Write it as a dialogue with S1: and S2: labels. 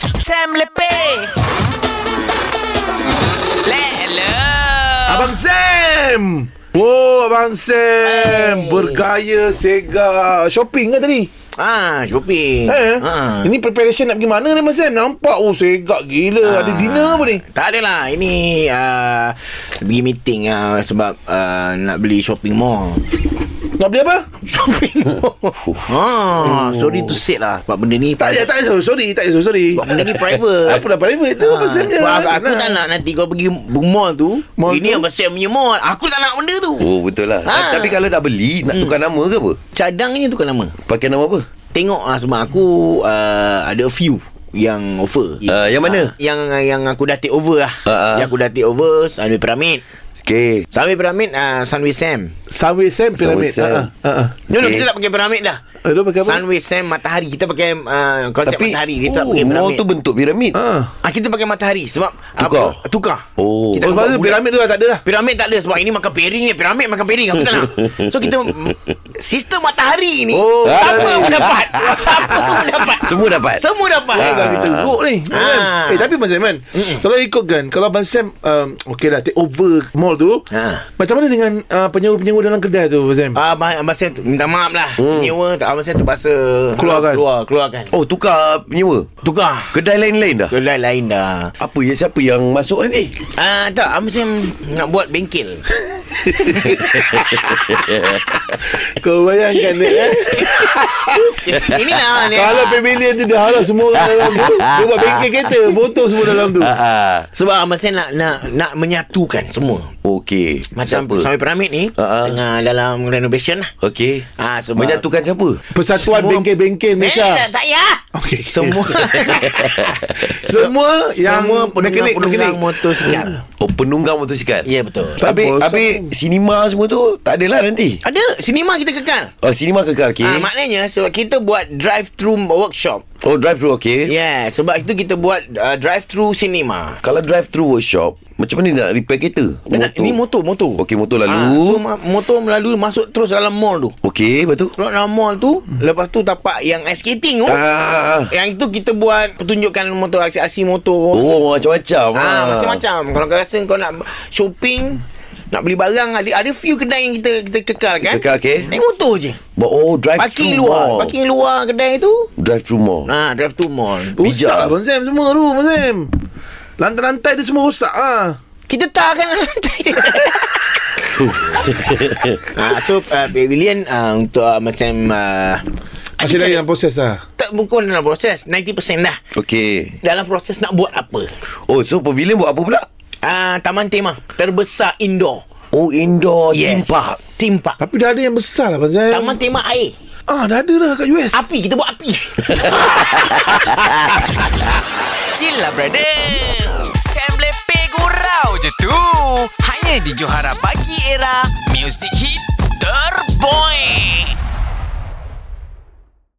S1: Sam lebih Lelo
S2: Abang Sam Oh Abang Sam Bergaya Sega Shopping ke tadi?
S3: Ah, shopping.
S2: Eh,
S3: Ah.
S2: Ini preparation nak pergi mana ni Abang Sam? Nampak oh segak
S3: Ha.
S2: gila Ada dinner apa ni?
S3: Tak adalah Ini uh, Pergi meeting uh, Sebab uh, Nak beli shopping mall
S2: Nak beli apa?
S3: Shopping mall ah, Sorry to say lah Sebab benda ni
S2: Oh. Eh, Tak payah, tak payah Sorry, tak payah Sorry Eh,
S3: Sebab benda ni private Ah,
S2: Apa dah private tu Abang Sam je
S3: sebab aku, aku tak nak nanti kau pergi mall tu
S2: Mall
S3: Ini
S2: tu?
S3: Abang Sam punya mall Aku tak nak benda tu
S4: Oh betul lah
S3: Ah.
S4: ha. Tapi kalau nak beli
S3: Hmm.
S4: Nak tukar nama ke apa?
S3: Cadangnya tu kan nama
S4: Pakai nama apa?
S3: Tengok ah sebab aku uh, ada a few yang offer.
S4: Ah, yang mana?
S3: Ah, yang yang aku dah take over lah.
S4: Ah, ah.
S3: Yang aku dah take over Sunway Pyramid.
S4: Okay
S3: Sunway Pyramid ah uh, Sunway Sam.
S2: Sunway Sam Pyramid Ha,
S4: Sunway Sam.
S2: ha, ha, ha.
S3: No, no,
S4: Okay.
S3: kita tak pakai piramid dah.
S2: Eh, dia pakai apa?
S3: Sunway Sam matahari. Kita pakai uh, konsep
S4: Tapi
S3: matahari. Kita tak
S4: oh,
S3: pakai
S4: Mall
S3: piramid.
S4: tu bentuk piramid
S2: Ha.
S3: ah, kita pakai matahari sebab
S4: Tukar?
S3: apa? Tukar.
S4: Oh.
S3: Kita tukar
S2: Oh, lepas tu
S3: budak.
S2: piramid tu dah tak ada lah
S3: Piramid tak ada sebab ini makan piring ni. Piramid makan piring aku tak nak. So kita sistem matahari ni
S2: Oh,
S3: siapa
S2: matahari.
S3: pun dapat. Siapa pun dapat.
S4: Semua dapat Ah.
S3: Semua dapat.
S2: Eh, dah kita teruk ni kan?
S3: Lah. Ah.
S2: Eh tapi Abang Sam kan Kalau ikutkan Kalau Abang Sam um, Okay lah Take over mall tu
S3: Ah.
S2: Macam mana dengan uh, Penyewa-penyewa dalam kedai tu Abang Sam
S3: Ah, abang, abang saya minta maaf lah hmm. Nyewa tak, Abang saya terpaksa
S2: Keluarkan.
S3: Keluar Keluarkan
S4: Oh tukar penyewa
S3: Tukar
S4: Kedai lain-lain dah
S3: Kedai lain dah
S4: Apa ya siapa yang masuk nanti?
S3: Ah Tak Abang saya nak buat bengkel
S2: Kau bayangkan ni eh?
S3: Inilah ni lah.
S2: Kalau pavilion tu dah harap semua orang dalam tu Dia buat bengkel kereta Botol semua dalam tu
S4: Ah, ah.
S3: Sebab abang saya nak nak, nak menyatukan semua
S4: Okey
S3: Macam
S4: Siapa?
S3: sampai piramid ni
S2: Ha,
S4: Ah, ah.
S3: Tengah dalam renovation lah
S4: Okey
S3: Ah, sebab-
S4: Menyatukan siapa?
S2: Persatuan
S3: Semua-
S2: bengkel-bengkel
S3: Eh
S2: Malaysia
S3: tak payah
S2: Okey.
S3: Semua
S2: Semua yang
S3: Semua penunggang-penunggang
S2: mekanik-mekanik
S3: motosikal
S4: Oh penunggang motosikal
S3: Ya betul
S2: Tak
S4: Habis,
S2: bos,
S4: habis sinema semua tu Tak adalah nanti
S3: Ada Sinema kita kekal
S4: Oh sinema kekal okey
S3: Ah, maknanya sebab kita buat drive-through workshop
S4: Oh drive thru okey
S3: Yeah, sebab itu kita buat uh, drive-thru cinema.
S4: Kalau drive thru workshop Macam mana nak repair kereta?
S3: Eh, tak, Ini motor, motor.
S4: Okey motor
S3: Ah, so,
S4: lalu
S3: ma- motor melalui masuk terus dalam mall tu.
S4: Okey lepas tu
S3: Terus dalam mall tu, lepas tu tapak yang ice skating tu.
S4: Hmm. Ah.
S3: Yang itu kita buat pertunjukan motor, aksi-aksi motor.
S4: Oh macam-macam
S3: Ah, macam-macam. Kalau kau rasa kau nak shopping, nak beli barang, ada ada few kedai yang kita kita kekal kan?
S4: Kekal, okey.
S3: Naik motor je.
S4: But, Oh drive
S3: Parking
S4: thru
S3: luar,
S4: mall.
S3: parking luar kedai tu.
S4: Drive thru mall
S3: Nah, drive to mall.
S2: Rusak
S4: Bijak.
S2: lah Abang Sam semua tu Abang Sam Lantai-lantai dia semua rosak ah.
S3: Kita tak akan lantai Ah, so uh, pavilion uh, untuk uh, macam uh,
S2: Masih lagi dalam proses lah
S3: tak bukan dalam proses 90% dah
S4: Okey
S3: dalam proses nak buat apa
S4: Oh so pavilion buat apa pula?
S3: uh, taman tema terbesar indoor
S4: Oh indoor theme park
S3: theme park
S2: Tapi dah ada yang besar lah Abang Sam
S3: taman tema air
S2: Ah dah ada dah kat US
S3: api kita buat api
S1: Chill lah brother Sam lebih gurau je tu Hanya di Johara Pagi Era Music Hit Terboy